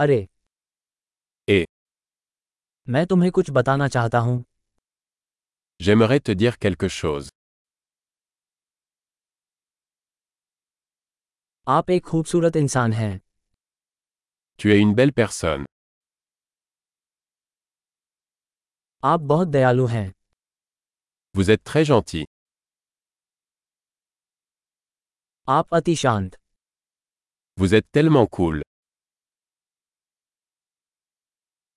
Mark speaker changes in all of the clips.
Speaker 1: अरे
Speaker 2: Eh.
Speaker 1: मैं तुम्हें कुछ बताना चाहता हूँ
Speaker 2: J'aimerais te dire quelque chose.
Speaker 1: आप एक खूबसूरत इंसान हैं
Speaker 2: Tu es une belle personne.
Speaker 1: आप बहुत दयालु हैं
Speaker 2: Vous êtes très gentil.
Speaker 1: आप अति शांत
Speaker 2: Vous êtes tellement cool.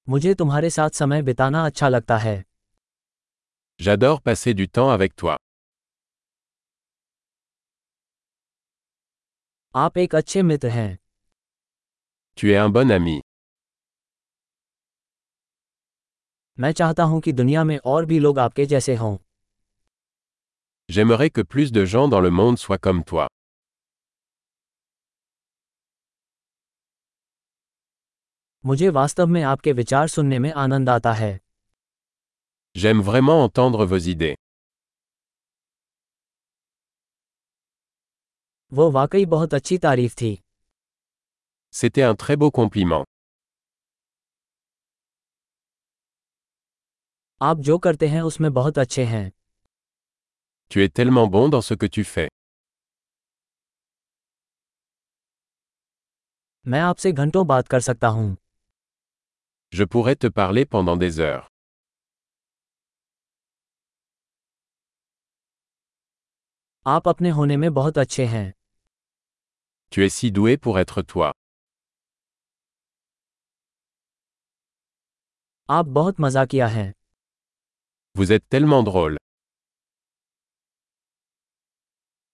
Speaker 1: मुझे तुम्हारे साथ समय बिताना अच्छा लगता है
Speaker 2: J'adore passer du temps avec toi.
Speaker 1: आप एक अच्छे मित्र हैं
Speaker 2: Tu es un bon ami.
Speaker 1: मैं चाहता हूँ कि दुनिया में और भी लोग आपके जैसे हों
Speaker 2: J'aimerais que plus de gens dans le monde soient comme toi.
Speaker 1: मुझे वास्तव में आपके विचार सुनने में आनंद आता है
Speaker 2: J'aime vraiment entendre vos idées.
Speaker 1: वो वाकई बहुत अच्छी तारीफ थी
Speaker 2: C'était un très beau compliment.
Speaker 1: आप जो करते हैं उसमें बहुत अच्छे हैं
Speaker 2: Tu es tellement bon dans ce que tu fais.
Speaker 1: मैं आपसे घंटों बात कर सकता हूँ
Speaker 2: Je pourrais te parler pendant des heures.
Speaker 1: आप अपने होने में बहुत अच्छे हैं
Speaker 2: Tu es si doué pour être toi.
Speaker 1: आप बहुत मजाकिया हैं
Speaker 2: Vous êtes tellement drôle.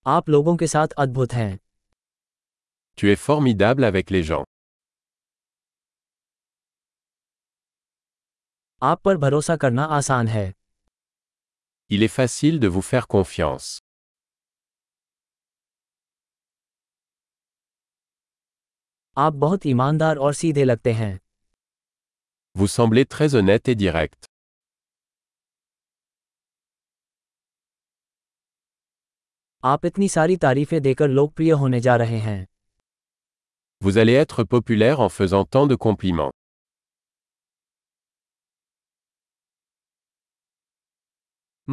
Speaker 1: आप लोगों के साथ अद्भुत हैं
Speaker 2: Tu es formidable avec les gens.
Speaker 1: आप पर भरोसा करना आसान है
Speaker 2: Il est facile de vous faire confiance.
Speaker 1: आप बहुत ईमानदार और सीधे लगते हैं
Speaker 2: Vous semblez très honnête et direct.
Speaker 1: आप इतनी सारी तारीफें देकर लोकप्रिय होने जा रहे हैं
Speaker 2: Vous allez être populaire en faisant tant de compliments.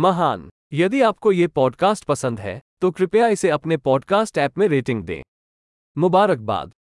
Speaker 3: महान यदि आपको ये पॉडकास्ट पसंद है तो कृपया इसे अपने पॉडकास्ट ऐप में रेटिंग दें मुबारकबाद